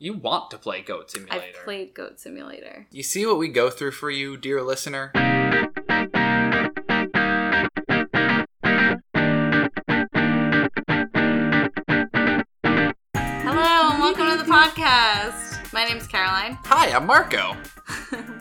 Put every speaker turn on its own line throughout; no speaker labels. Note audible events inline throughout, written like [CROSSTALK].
You want to play Goat Simulator.
I've played Goat Simulator.
You see what we go through for you, dear listener?
Hello and welcome to the podcast. My
[LAUGHS]
name's Caroline.
Hi, I'm Marco.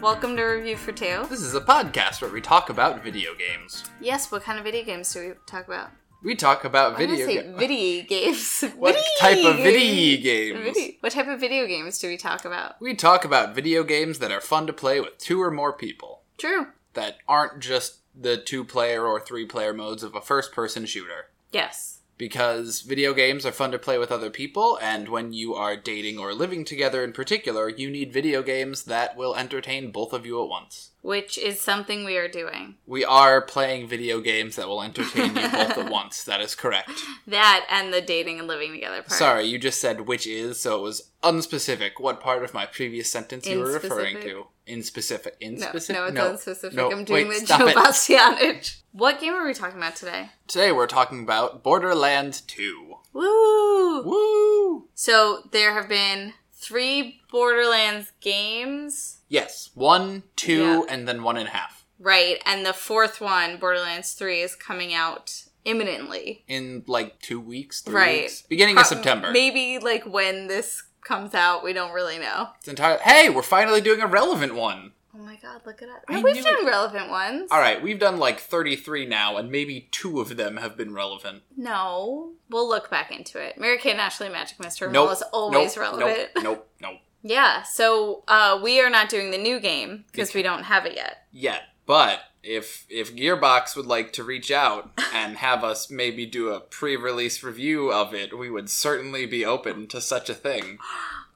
welcome to Review for Two.
This is a podcast where we talk about video games.
Yes, what kind of video games do we talk about?
We talk about
I'm gonna
video
say
ga- [LAUGHS]
video games.
What
Video
type of video
games.
games?
Video- What type of video games do we talk about?
We talk about video games that are fun to play with two or more people
True.
that aren't just the two player or three player modes of a first person shooter.
Yes.
because video games are fun to play with other people, and when you are dating or living together in particular, you need video games that will entertain both of you at once.
Which is something we are doing.
We are playing video games that will entertain you both
[LAUGHS]
at once. That is correct.
That and the dating and living together part.
Sorry, you just said which is, so it was unspecific what part of my previous sentence you were referring
Inspecific.
to. In specific. In
No,
specific?
no, it's
no.
unspecific.
No,
I'm doing
wait,
the
stop
Joe
it.
Bastianich. What game are we talking about today?
Today we're talking about Borderlands 2.
Woo!
Woo!
So there have been three Borderlands games,
Yes, one, two,
Yeah.
and then one and a half.
right? And the fourth one, Borderlands 3, is coming out imminently.
in like two weeks, three
Right.
weeks, beginning of
Pro-
September.
Maybe like when this comes out, we don't really know.
It's entire. Hey, we're finally doing a relevant one.
Oh my god, look at that.
I
No, we've
knew
done relevant ones.
All right, we've done like thirty-three now, and maybe two of them have been relevant.
No. We'll look back into it. Mary Kay and Ashley Magic Mr.
Nope,
is always
nope,
relevant. [LAUGHS]
Nope, nope, nope.
Yeah, so uh, we are not doing the new game because we don't have it yet.
Yet, but if if Gearbox would like to reach out and have us maybe do a pre-release review of it, we would certainly be open to such a thing.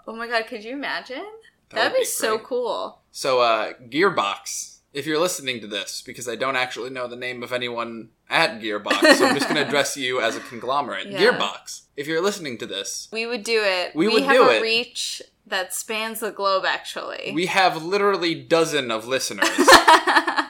Oh my god, could you imagine?
That
That'd
would
be,
be
so
great.
cool.
So, uh, Gearbox, if you're listening to this, because I don't actually know the name of anyone at Gearbox, so I'm just going
[LAUGHS]
to address you as a conglomerate.
Yeah.
Gearbox, if you're listening to this,
We would do it.
We would
have
do
a
it.
reach that spans the globe actually.
we have literally dozen of listeners.
[LAUGHS]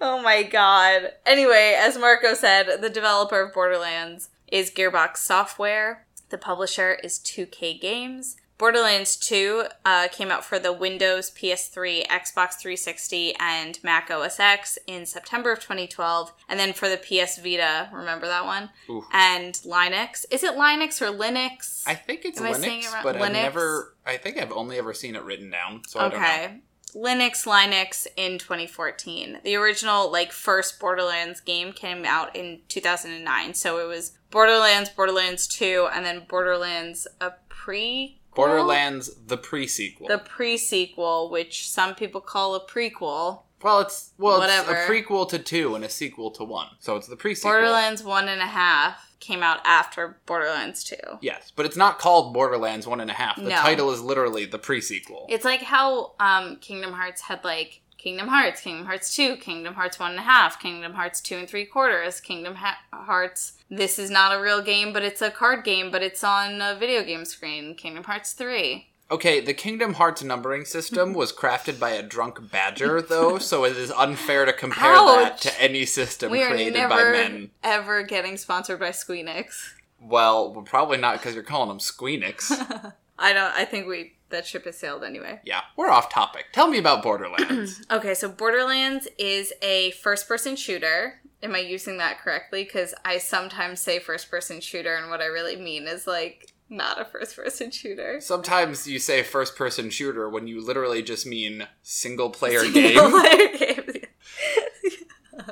oh my god. Anyway, as Marco said, the developer of Borderlands is Gearbox Software. The publisher is 2K Games. Borderlands 2 uh, came out for the Windows, PS3, Xbox 360, and Mac OS X in September of 2012, and then for the PS Vita, remember that one?
Oof.
And Linux. Is it Linux or Linux?
I think it's
Am I saying
Linux,
it wrong?
but I've
Linux?
never, I think I've only ever seen it written down, so I don't know.
okay. Linux Linux in 2014. The original like first Borderlands game came out in 2009. So it was Borderlands, Borderlands 2 and then Borderlands a pre
Borderlands, the pre-sequel.
the pre-sequel which some people call a prequel.
well, it's well, it's
Whatever.
a prequel to two and a sequel to one, so it's the pre-sequel.
Borderlands one and a half came out after Borderlands 2.
Yes, but it's not called Borderlands one and a half. The
No.
title is literally the pre-sequel.
It's like how um, Kingdom Hearts had like Kingdom Hearts, Kingdom Hearts two, Kingdom Hearts one and a half, Kingdom Hearts two and three quarters, Kingdom ha- Hearts. This is not a real game, but it's a card game, but it's on a video game screen. Kingdom Hearts three.
Okay, the Kingdom Hearts numbering system was crafted by a drunk badger,
[LAUGHS]
though, so it is unfair to compare that
Ouch.
to any system
We are
created by
never
men.
ever getting sponsored by Squeenix.
Well, well, probably not because you're calling them Squeenix.
[LAUGHS] I don't. I think we that ship has sailed anyway.
yeah, we're off topic. Tell me about Borderlands.
Okay, so Borderlands is a first person shooter. Am I using that correctly? Because I sometimes say first person shooter, and what I really mean is like not a first person shooter.
Sometimes you say first person shooter when you literally just mean single
[LAUGHS]
player
Oh
game.
Player game.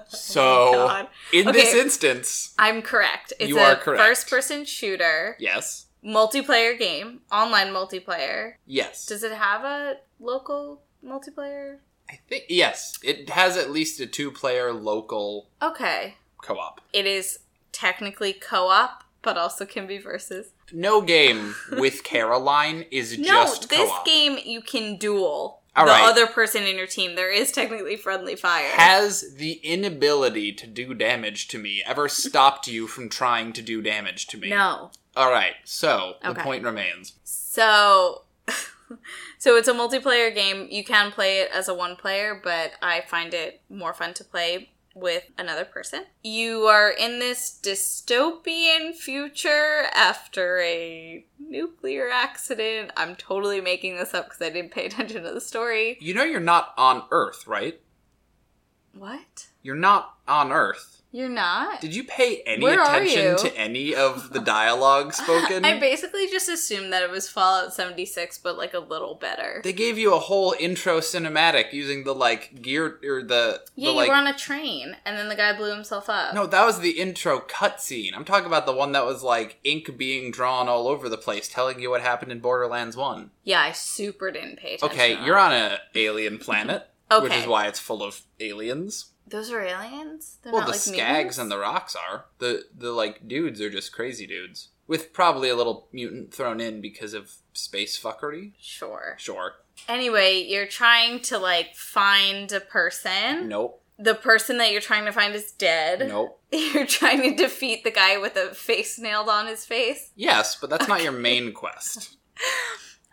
so,
God.
in this
Okay.
instance,
I'm correct. It's
You
a
are correct.
first person shooter,
yes,
multiplayer game, online multiplayer.
yes.
Does it have a local multiplayer?
I think, yes, it has at least a two player local
Okay.
co op.
It is technically co op, but also can be versus.
No
[LAUGHS]
game with Caroline is
No,
just
this
co-op.
game you can duel
All
the
right.
other person in your team. There is technically friendly fire.
Has the inability to do damage to me ever stopped you from trying to do damage to me?
no.
All right, so the
Okay.
point remains.
So [LAUGHS] so it's a multiplayer game. You can play it as a one player, but I find it more fun to play with another person. You are in this dystopian future after a nuclear accident. I'm totally making this up because I didn't pay attention to the story.
You know you're not on Earth, right?
What?
You're not on Earth.
You're not?
Did you pay any
Where are you?
attention to any of the
[LAUGHS]
dialogue spoken?
I basically just assumed that it was Fallout 76, but like a little better.
they gave you a whole intro cinematic using the like gear or the
yeah,
the,
you
like
were on a train, and then the guy blew himself up.
No, that was the intro cutscene. I'm talking about the one that was like ink being drawn all over the place, telling you what happened in Borderlands One.
Yeah, I super didn't pay attention.
Okay,
to
you're
that.
on a alien
[LAUGHS]
planet, which
Okay.
is why it's full of aliens.
Those are aliens? They're
well,
not
the
like
skags
mutants?
and the rocks are the the like dudes are just crazy dudes with probably a little mutant thrown in because of space fuckery.
Sure.
Sure,
Anyway, you're trying to like find a person.
nope,
The person that you're trying to find is dead.
nope.
[LAUGHS] You're trying to defeat the guy with a face nailed on his face.
Yes, but that's not your main quest.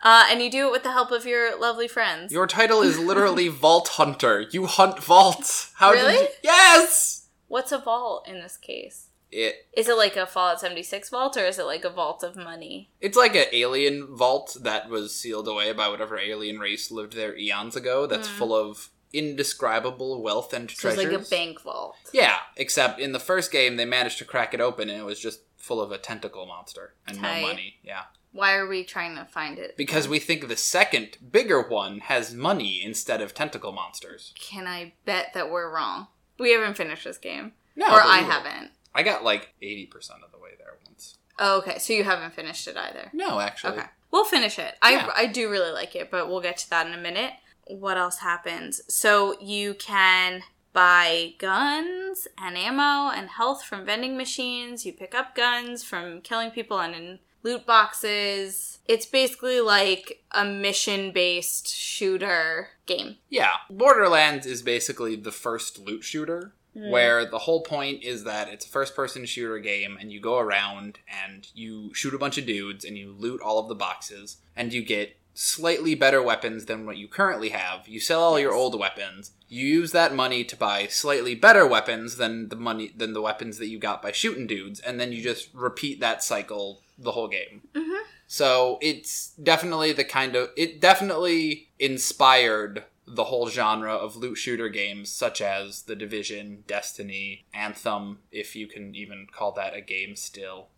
Uh, and you do it with the help of your lovely friends.
Your title is
[LAUGHS]
literally Vault Hunter. You hunt vaults. How
Really?
did you? Yes.
What's a vault in this case?
It
Is it like a Fallout 76 vault or is it like a vault of money?
It's like an alien vault that was sealed away by whatever alien race lived there eons ago. That's
Mm.
full of indescribable wealth and
So it's
treasures.
like a bank vault.
Yeah, except in the first game they managed to crack it open and it was just full of a tentacle monster and
Tight.
no money. Yeah,
Why are we trying to find it?
because we think the second bigger one has money instead of tentacle monsters.
Can I bet that we're wrong? We haven't finished this game.
No,
or
but
I
we will.
haven't.
I got like eighty percent of the way there once.
Oh, okay, so you haven't finished it either.
No, actually.
Okay. We'll finish it. I,
Yeah.
I do really like it, but we'll get to that in a minute. What else happens? So you can buy guns and ammo and health from vending machines. You pick up guns from killing people and in loot boxes. It's basically like a mission based shooter game.
Yeah, Borderlands is basically the first loot shooter, Hmm.
[GASPS]
where the whole point is that it's a first person shooter game, and you go around and you shoot a bunch of dudes and you loot all of the boxes, and you get slightly better weapons than what you currently have. You sell all your
Yes.
old weapons. You use that money to buy slightly better weapons than the money than the weapons that you got by shooting dudes, and then you just repeat that cycle the whole game.
hmm
So it's definitely the kind of it definitely inspired the whole genre of loot shooter games such as The Division, Destiny, Anthem, if you can even call that a game still.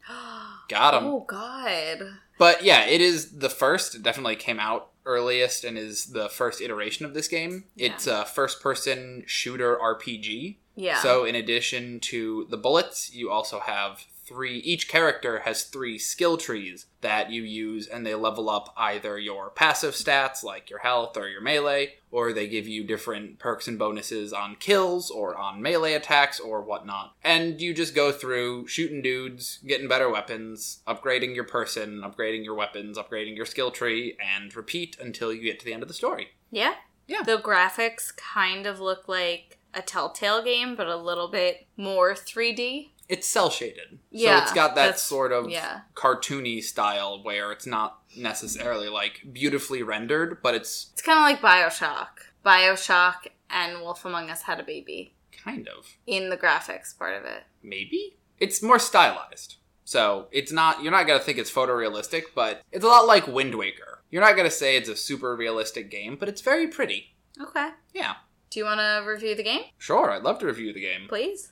Got 'em.
Oh, God.
But yeah, it is the first, it definitely came out earliest and is the first iteration of this game.
Yeah.
It's a first-person shooter RPG.
Yeah.
So in addition to the bullets, you also have three each character has three skill trees that you use and they level up either your passive stats like your health or your melee or they give you different perks and bonuses on kills or on melee attacks or whatnot and you just go through shooting dudes getting better weapons upgrading your person upgrading your weapons upgrading your skill tree and repeat until you get to the end of the story
Yeah.
Yeah.
The graphics kind of look like a Telltale game, but a little bit more 3D.
it's cell shaded.
Yeah,
so it's got that
that's-
sort of
yeah.
cartoony style where it's not necessarily like beautifully rendered, but it's
It's kind of like Bioshock. Bioshock and Wolf Among Us had a baby
kind of
in the graphics part of it.
maybe it's more stylized. So it's not you're not gonna think it's photorealistic, but it's a lot like Wind Waker. You're not gonna say it's a super realistic game, but it's very pretty.
Okay.
Yeah,
Do you want to review the game,
sure. I'd love to review the game.
please?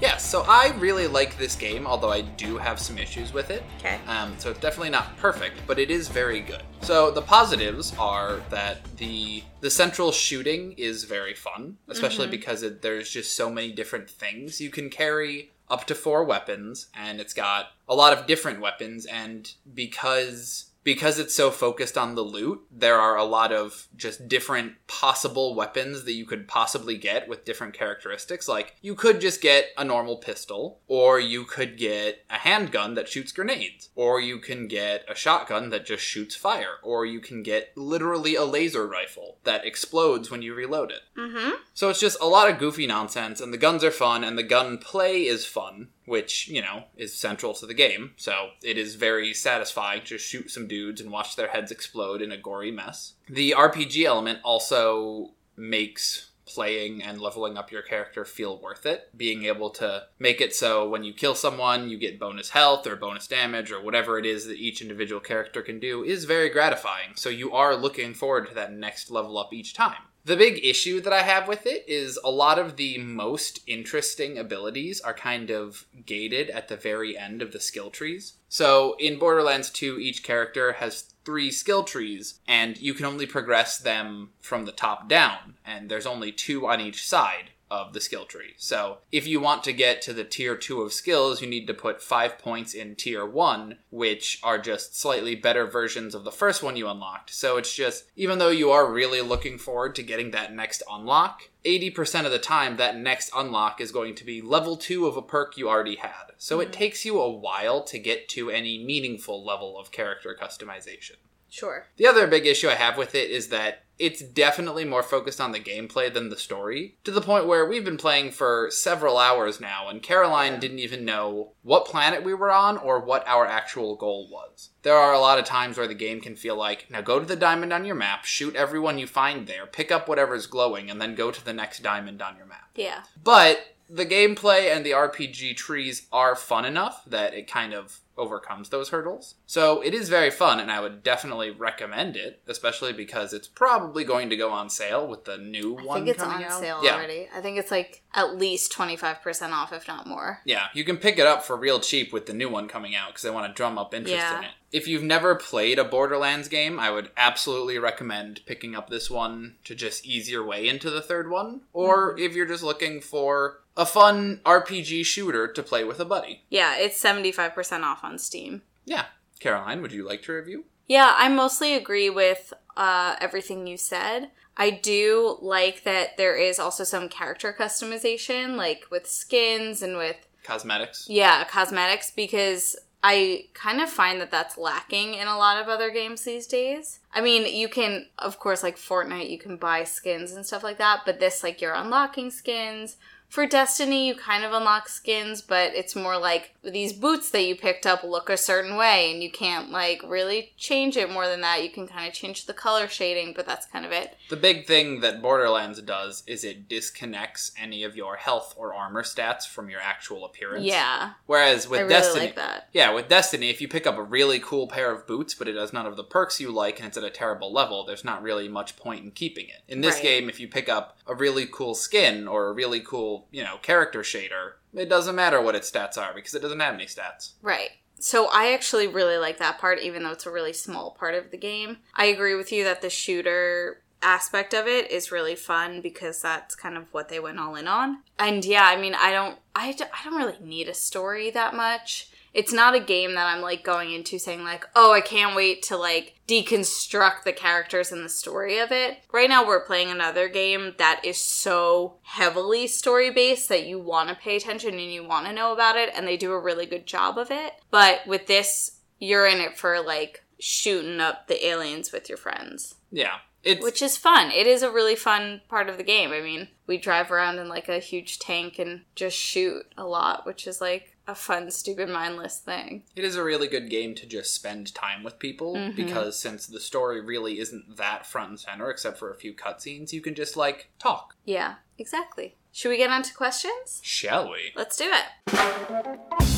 Yeah, so I really like this game, although I do have some issues with it.
Okay.
Um, so it's definitely not perfect, but it is very good. So the positives are that the the central shooting is very fun, especially
Mhm.
because it, there's just so many different things you can carry. Up to four weapons, and it's got a lot of different weapons. And because because it's so focused on the loot, there are a lot of just different possible weapons that you could possibly get with different characteristics. Like, you could just get a normal pistol, or you could get a handgun that shoots grenades, or you can get a shotgun that just shoots fire, or you can get literally a laser rifle that explodes when you reload it.
Mm hmm.
So it's just a lot of goofy nonsense, and the guns are fun, and the gun play is fun, which, you know, is central to the game. So it is very satisfying to shoot some dudes and watch their heads explode in a gory mess. The RPG element also makes playing and leveling up your character feel worth it. Being able to make it so when you kill someone, you get bonus health or bonus damage or whatever it is that each individual character can do is very gratifying. So you are looking forward to that next level up each time. The big issue that I have with it is a lot of the most interesting abilities are kind of gated at the very end of the skill trees. So in Borderlands 2, each character has three skill trees, and you can only progress them from the top down, and there's only two on each side of the skill tree. So if you want to get to the tier 2 of skills, you need to put 5 points in tier 1, which are just slightly better versions of the first one you unlocked. So it's just, even though you are really looking forward to getting that next unlock, 80% of the time that next unlock is going to be level 2 of a perk you already had. So it takes you a while to get to any meaningful level of character customization.
Sure.
The other big issue I have with it is that it's definitely more focused on the gameplay than the story, to the point where we've been playing for several hours now, and Caroline didn't even know what planet we were on or what our actual goal was. There are a lot of times where the game can feel like, now go to the diamond on your map, shoot everyone you find there, pick up whatever's glowing, and then go to the next diamond on your map.
Yeah.
But the gameplay and the RPG trees are fun enough that it kind of overcomes those hurdles. So it is very fun, and I would definitely recommend it, especially because it's probably going to go on sale with the new
I
one
think it's on
coming out.
sale
yeah.
already. I think it's like at least 25% off, if not more.
Yeah, you can pick it up for real cheap with the new one coming out because they want to drum up interest
Yeah.
in it. If you've never played a Borderlands game, I would absolutely recommend picking up this one to just ease your way into the third one. Or
Mm-hmm.
if you're just looking for a fun RPG shooter to play with a buddy.
Yeah, it's 75% off on Steam.
Yeah. Caroline, would you like to review?
Yeah, I mostly agree with uh, everything you said. I do like that there is also some character customization, like with skins and with
Cosmetics.
Yeah, cosmetics because I kind of find that that's lacking in a lot of other games these days. I mean, you can of course like Fortnite, you can buy skins and stuff like that, but this like you're unlocking skins. For Destiny, you kind of unlock skins, but it's more like these boots that you picked up look a certain way and you can't like really change it more than that. You can kind of change the color shading, but that's kind of it.
The big thing that Borderlands does is it disconnects any of your health or armor stats from your actual appearance.
Yeah.
Whereas with
I really
Destiny,
like that.
yeah, with Destiny, if you pick up a really cool pair of boots, but it has none of the perks you like, and it's at a terrible level, there's not really much point in keeping it. In this
Right.
game, if you pick up a really cool skin or a really cool, you know, character shader, it doesn't matter what its stats are because it doesn't have any stats.
Right. So I actually really like that part, even though it's a really small part of the game. I agree with you that the shooter aspect of it is really fun because that's kind of what they went all in on. And yeah, I mean, I don't, I, d- I don't really need a story that much. It's not a game that I'm like going into saying like, oh, I can't wait to like deconstruct the characters and the story of it. Right now we're playing another game that is so heavily story based that you want to pay attention and you want to know about it and they do a really good job of it. But with this, you're in it for like shooting up the aliens with your friends
Yeah. It's,
which is fun. It is a really fun part of the game. I mean, we drive around in like a huge tank and just shoot a lot, which is like a fun, stupid, mindless thing.
It is a really good game to just spend time with people
Mhm.
because since the story really isn't that front and center, except for a few cutscenes, you can just like talk.
Yeah, exactly. Should we get on to questions?
Shall we?
Let's do it.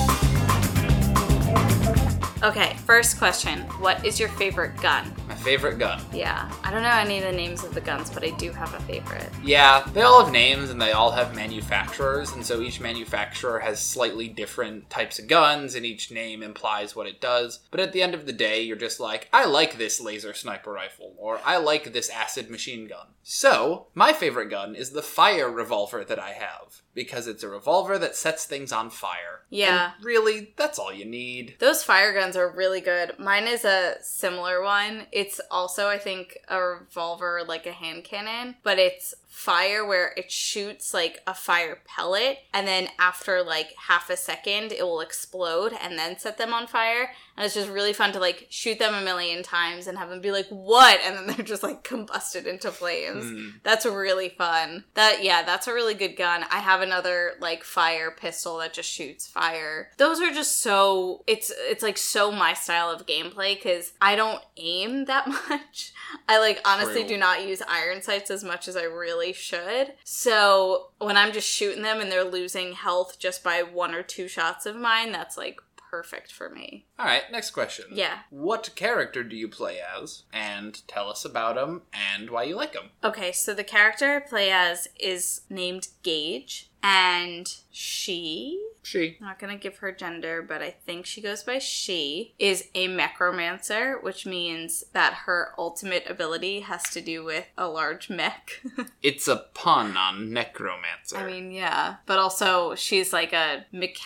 Okay, first question. What is your favorite gun?
My favorite gun.
Yeah, I don't know any of the names of the guns, but I do have a favorite.
Yeah, they all have names and they all have manufacturers, and so each manufacturer has slightly different types of guns, and each name implies what it does. But at the end of the day, you're just like, I like this laser sniper rifle, or I like this acid machine gun. So, my favorite gun is the fire revolver that I have, because it's a revolver that sets things on fire.
Yeah.
And really, that's all you need.
Those fire guns are really good. Mine is a similar one. It's also, I think, a revolver, like a hand cannon, but it's fire where it shoots like a fire pellet and then after like half a second it will explode and then set them on fire and it's just really fun to like shoot them a million times and have them be like what and then they're just like combusted into flames
Mm.
that's really fun. That yeah, that's a really good gun. I have another like fire pistol that just shoots fire. Those are just so it's it's like so my style of gameplay cuz I don't aim that [LAUGHS] much. I like honestly
True.
do not use iron sights as much as I really should. So, when I'm just shooting them and they're losing health just by one or two shots of mine, that's like perfect for me.
All right, next question.
Yeah.
What character do you play as? And tell us about him and why you like him.
Okay, so the character I play as is named Gage, and she.
She.
I'm not gonna give her gender, but I think she goes by she, is a mechromancer, which means that her ultimate ability has to do with a large mech. [LAUGHS]
It's a pun on necromancer.
I mean, yeah. But also she's like a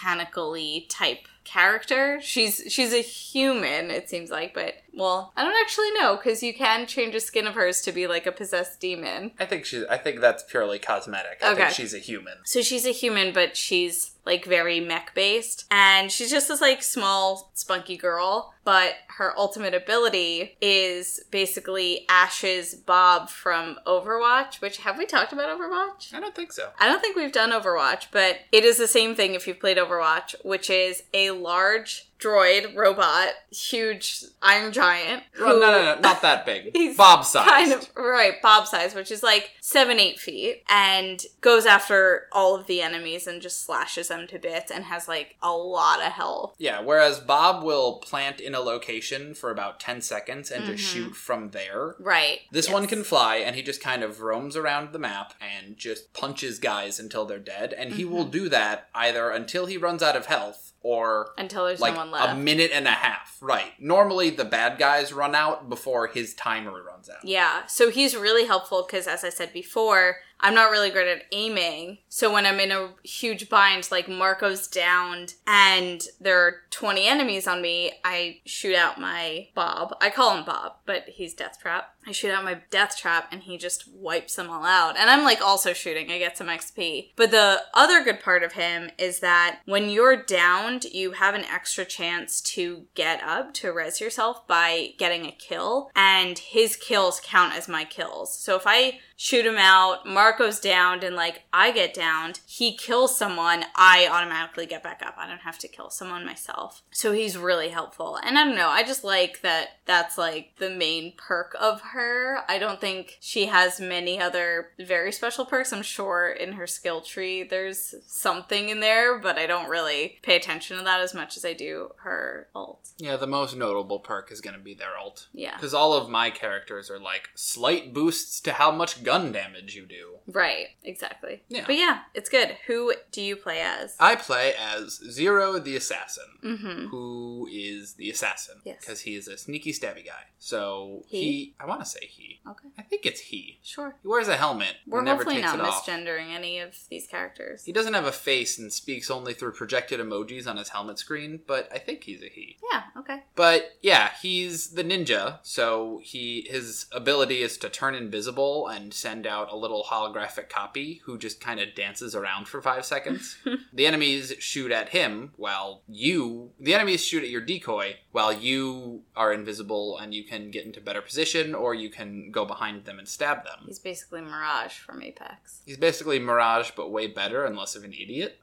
mechanically type character. She's she's a human, it seems like, but well, I don't actually know, because you can change a skin of hers to be like a possessed demon.
I think she's. I think that's purely cosmetic. I think
Okay.
she's a human.
So she's a human, but she's like very mech based. And she's just this like small, spunky girl. But her ultimate ability is basically Ash's Bob from Overwatch, which have we talked about Overwatch?
I don't think so.
I don't think we've done Overwatch, but it is the same thing if you've played Overwatch, which is a large droid robot, huge iron giant.
Well,
who-
no, no, no, not that big.
[LAUGHS] He's
Bob sized.
kind of right bob size which is like seven eight feet and goes after all of the enemies and just slashes them to bits and has like a lot of health
Yeah, whereas Bob will plant in a location for about 10 seconds and just
Mhm.
shoot from there.
right
This
yes.
one can fly and he just kind of roams around the map and just punches guys until they're dead. And he
Mm-hmm.
will do that either until he runs out of health or
until there's
like
no one
a
left
minute and a half. Right. Normally the bad guys run out before his timer runs out.
yeah so he's really helpful because as i said before i'm not really good at aiming so when i'm in a huge bind like marco's downed and there are 20 enemies on me i shoot out my bob i call him bob but he's death trap i shoot out my death trap and he just wipes them all out and i'm like also shooting i get some xp but the other good part of him is that when you're downed you have an extra chance to get up to res yourself by getting a kill and his kills count as my kills so if i shoot him out marco's downed and like i get downed he kills someone i automatically get back up i don't have to kill someone myself so he's really helpful and i don't know i just like that that's like the main perk of her i don't think she has many other very special perks i'm sure in her skill tree there's something in there but i don't really pay attention to that as much as i do her ult
Yeah, the most notable perk is going to be their ult.
yeah
Because all of my characters are like slight boosts to how much gun damage you do.
right exactly
Yeah.
but yeah it's good who do you play as
I play as Zero the Assassin.
mm-hmm
who is the assassin
Yes.
because he is a sneaky stabby guy so he,
He?
i want to say he
okay
i think it's he
sure
he wears a helmet
We're
and never
hopefully
takes
not
it off
misgendering any of these characters.
he doesn't have a face and speaks only through projected emojis on his helmet screen but i think he's a he
Yeah, okay.
but yeah he's the ninja so he his ability is to turn invisible and send out a little holographic copy who just kind of dances around for five seconds the enemies shoot at him while you the enemies shoot at your decoy while you are invisible and you can get into better position or you can go behind them and stab them
He's basically Mirage from Apex.
he's basically mirage but way better and less of an idiot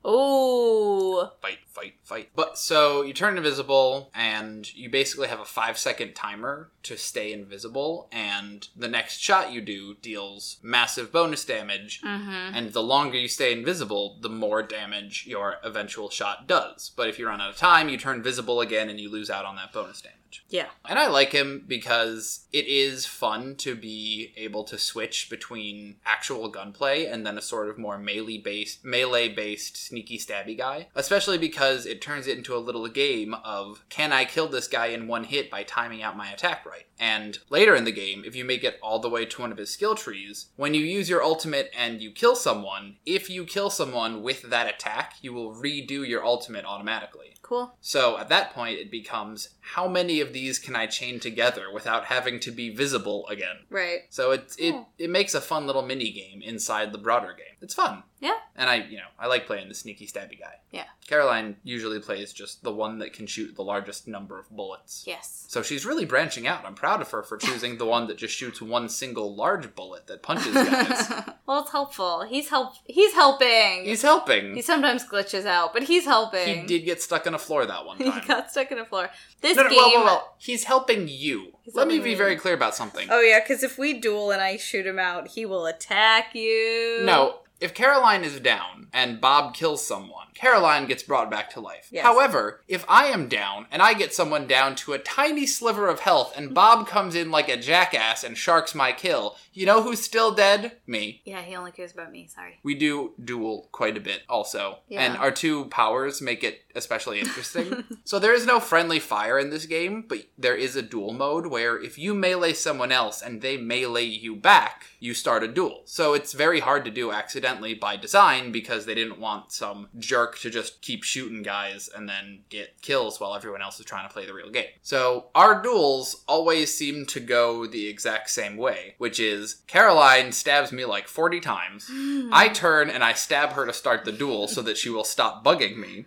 Oh,
fight, fight, fight. But so you turn invisible, and you basically have a five second timer to stay invisible, and the next shot you do deals massive bonus damage.
mm-hmm.
And the longer you stay invisible, the more damage your eventual shot does. But if you run out of time, you turn visible again and you lose out on that bonus damage.
yeah,
And I like him because it is fun to be able to switch between actual gunplay and then a sort of more melee based melee based sneaky stabby guy. Especially because it turns it into a little game of can I kill this guy in one hit by timing out my attack right? And later in the game, if you make it all the way to one of his skill trees, when you use your ultimate and you kill someone, if you kill someone with that attack, you will redo your ultimate automatically.
Cool.
So at that point, it becomes how many of these can I chain together without having to be visible again?
Right.
So it it,
Yeah.
it makes a fun little mini game inside the broader game. It's fun.
Yeah.
And I you know I like playing the sneaky stabby guy.
Yeah.
Caroline usually plays just the one that can shoot the largest number of bullets.
Yes.
So she's really branching out. I'm proud of her for choosing the one that just shoots one single large bullet that punches
[LAUGHS]
guys.
well, it's helpful. He's help. He's helping.
He's helping.
he sometimes glitches out, but he's helping.
he did get stuck on a floor that one
[LAUGHS] He
time.
got stuck in a floor. This
No, no,
game.
well, well, well, he's helping you.
He's
Let me
helping
be
me.
very clear about something.
Oh yeah, because if we duel and I shoot him out, he will attack you.
No, if Caroline is down and Bob kills someone, Caroline gets brought back to life.
Yes.
However, if I am down and I get someone down to a tiny sliver of health and Bob comes in like a jackass and sharks my kill, you know who's still dead? Me.
Yeah, he only cares about me. Sorry.
[LAUGHS]
[LAUGHS]
We do duel quite a bit also.
Yeah.
And our two powers make it especially interesting. so there is no friendly fire in this game, but there is a duel mode where if you melee someone else and they melee you back, you start a duel. So it's very hard to do accidentally by design because they didn't want some jerk to just keep shooting guys and then get kills while everyone else is trying to play the real game. So our duels always seem to go the exact same way, which is Caroline stabs me like 40 times. I turn and I stab her to start the duel so that she will stop bugging me.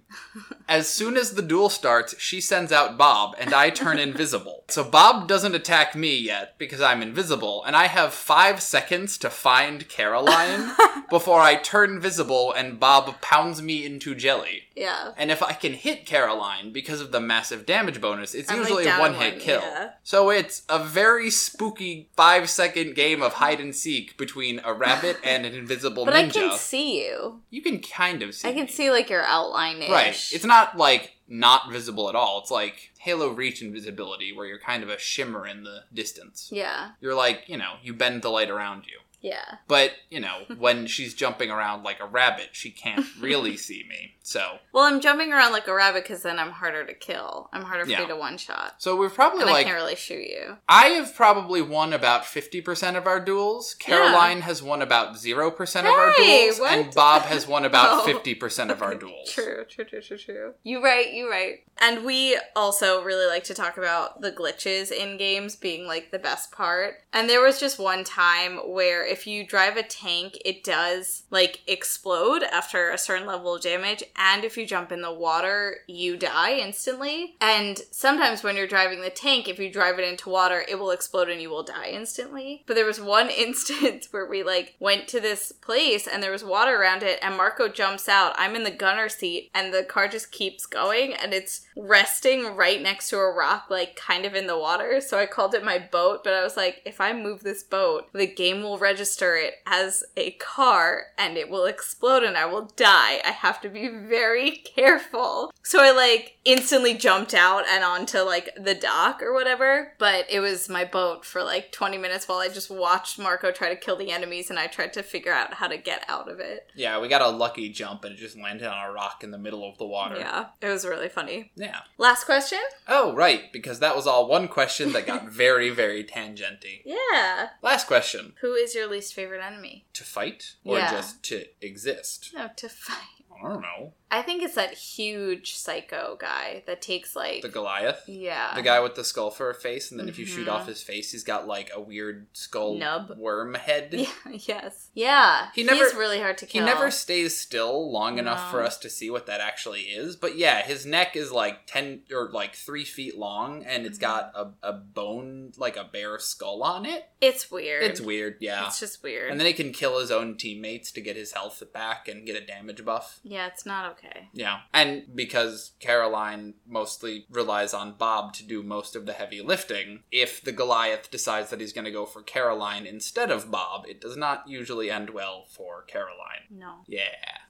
As soon as the duel starts, she sends out Bob and I turn invisible. So Bob doesn't attack me yet because I'm invisible, and I have five seconds to find Caroline before I turn visible and Bob pounds me into jelly.
Yeah.
And if I can hit Caroline because of the massive damage bonus, it's
I'm, like,
usually a
down
one hit
one,
kill.
yeah.
So it's a very spooky five second game of hide and seek between a rabbit and an invisible
But
ninja.
I can see you.
you can kind of see.
I can
me.
see like your outline ish.
Right. It's not like not visible at all. It's like Halo Reach invisibility where you're kind of a shimmer in the distance.
yeah.
You're like, you know, you bend the light around you.
Yeah.
But, you know,
[LAUGHS]
when she's jumping around like a rabbit, she can't
[LAUGHS]
really see me. So
Well, I'm jumping around like a rabbit because then I'm harder to kill. I'm harder for
Yeah.
you to one shot.
so we're probably
And I
like
can't really shoot you.
I have probably won about 50% of our duels. Caroline has won about 0% of our
Hey,
duels.
what?
And Bob has won about
[LAUGHS] No.
50% of our duels.
True, true, true, true, true. You right, you right. And we also really like to talk about the glitches in games being like the best part. And there was just one time where if you drive a tank, it does like explode after a certain level of damage, and if you jump in the water, you die instantly. And sometimes when you're driving the tank, if you drive it into water, it will explode and you will die instantly. But there was one [LAUGHS] instance where we like went to this place and there was water around it, and Marco jumps out. I'm in the gunner seat, and the car just keeps going and it's resting right next to a rock, like kind of in the water. So I called it my boat, but I was like, if I move this boat, the game will register it as a car and it will explode and I will die. I have to be very careful. So I like instantly jumped out and onto like the dock or whatever, but it was my boat for like 20 minutes while I just watched Marco try to kill the enemies and I tried to figure out how to get out of it.
Yeah, we got a lucky jump and it just landed on a rock in the middle of the water.
Yeah, it was really funny.
Yeah.
Last question?
Oh, right, because that was all one question that
[LAUGHS]
got very, very tangenty.
Yeah.
Last question.
Who is your least favorite enemy?
To fight or
Yeah.
just to exist?
No, to fight.
I don't know.
I think it's that huge psycho guy that takes like
The Goliath?
yeah
The guy with the skull for a face, and then if you shoot
Mhm.
off his face, he's got like a weird skull
Nub.
worm head.
[LAUGHS] Yeah, yes. Yeah.
He never-
he's really hard to
He
kill.
never stays still long enough
No.
for us to see what that actually is. But yeah, his neck is like 10 or like 3 feet long and it's
Mhm.
got a, a bone, like a bare skull on it.
It's weird.
It's weird, yeah.
It's just weird.
And then he can kill his own teammates to get his health back and get a damage buff.
yeah, it's not okay.
Yeah. And because Caroline mostly relies on Bob to do most of the heavy lifting, if the Goliath decides that he's going to go for Caroline instead of Bob, it does not usually end well for Caroline.
No.
Yeah.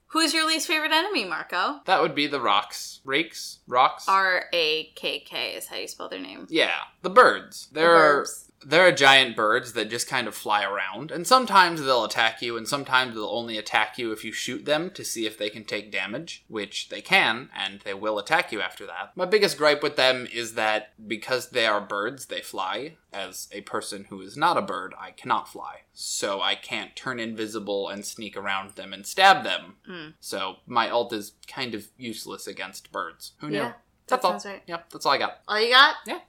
Who's your least favorite enemy, Marco?
That would be the rocks. Rakes? Rocks?
R A K K is how you spell their name.
yeah. The birds.
The
There are
verbs.
there are giant birds that just kind of fly around, and sometimes they'll attack you, and sometimes they'll only attack you if you shoot them to see if they can take damage, which they can, and they will attack you after that. My biggest gripe with them is that because they are birds, they fly. As a person who is not a bird, I cannot fly. So I can't turn invisible and sneak around them and stab them.
Mm.
So my ult is kind of useless against birds. Who knew?
Yeah.
That's
That
all.
sounds right.
Yep, that's all I got.
All you got?
Yeah.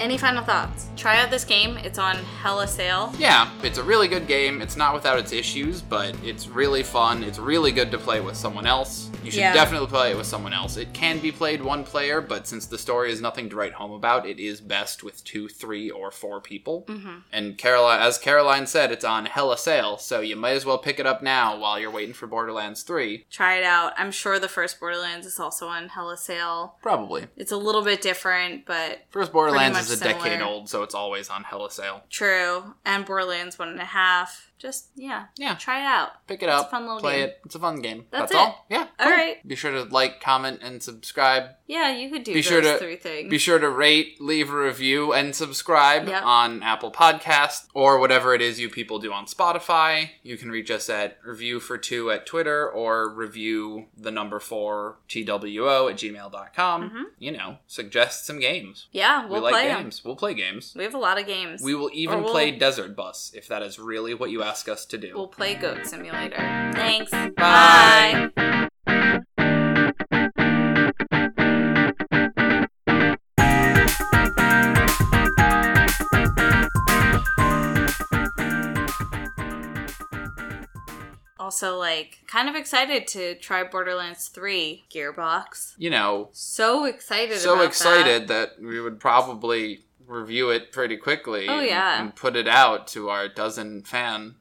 Any final thoughts? Try out this game. It's on hella sale.
Yeah, it's a really good game. It's not without its issues, but it's really fun. It's really good to play with someone else. You should
Yeah.
definitely play it with someone else. It can be played one player, but since the story is nothing to write home about, it is best with two, three, or four people.
Mm-hmm.
And Caroline, as Caroline said, it's on hella sale, so you might as well pick it up now while you're waiting for Borderlands 3.
Try it out. I'm sure the first Borderlands is also on hella sale.
Probably.
It's a little bit different, but
First Borderlands
much
is a
similar.
decade old, so it's always on hella sale.
true. And Borderlands one and a half. Just yeah,
Yeah,
try it out.
pick it
It's a
up,
fun little
play
game.
it. It's a fun game.
That's
That's,
it.
all. Yeah.
All right.
Be sure to like, comment, and subscribe.
Yeah, you could do
Be
those
sure to-
three things.
Be sure to rate, leave a review, and subscribe
Yep.
on Apple Podcasts or whatever it is you people do on Spotify. You can reach us at review for two at Twitter or review the number four TWO at gmail.com.
Mhm.
You know, suggest some games.
yeah,
we
we'll
like
play them.
games. We'll play games.
We have a lot of games.
We will even
we'll-
play Desert Bus if that is really what you ask us to do.
We'll play Goat Simulator. Thanks.
Bye.
Also, like, kind of excited to try Borderlands 3 Gearbox.
you know,
So excited
so
about
excited that. we would probably review it pretty quickly
Oh,
and-
yeah.
and put it out to our dozen fan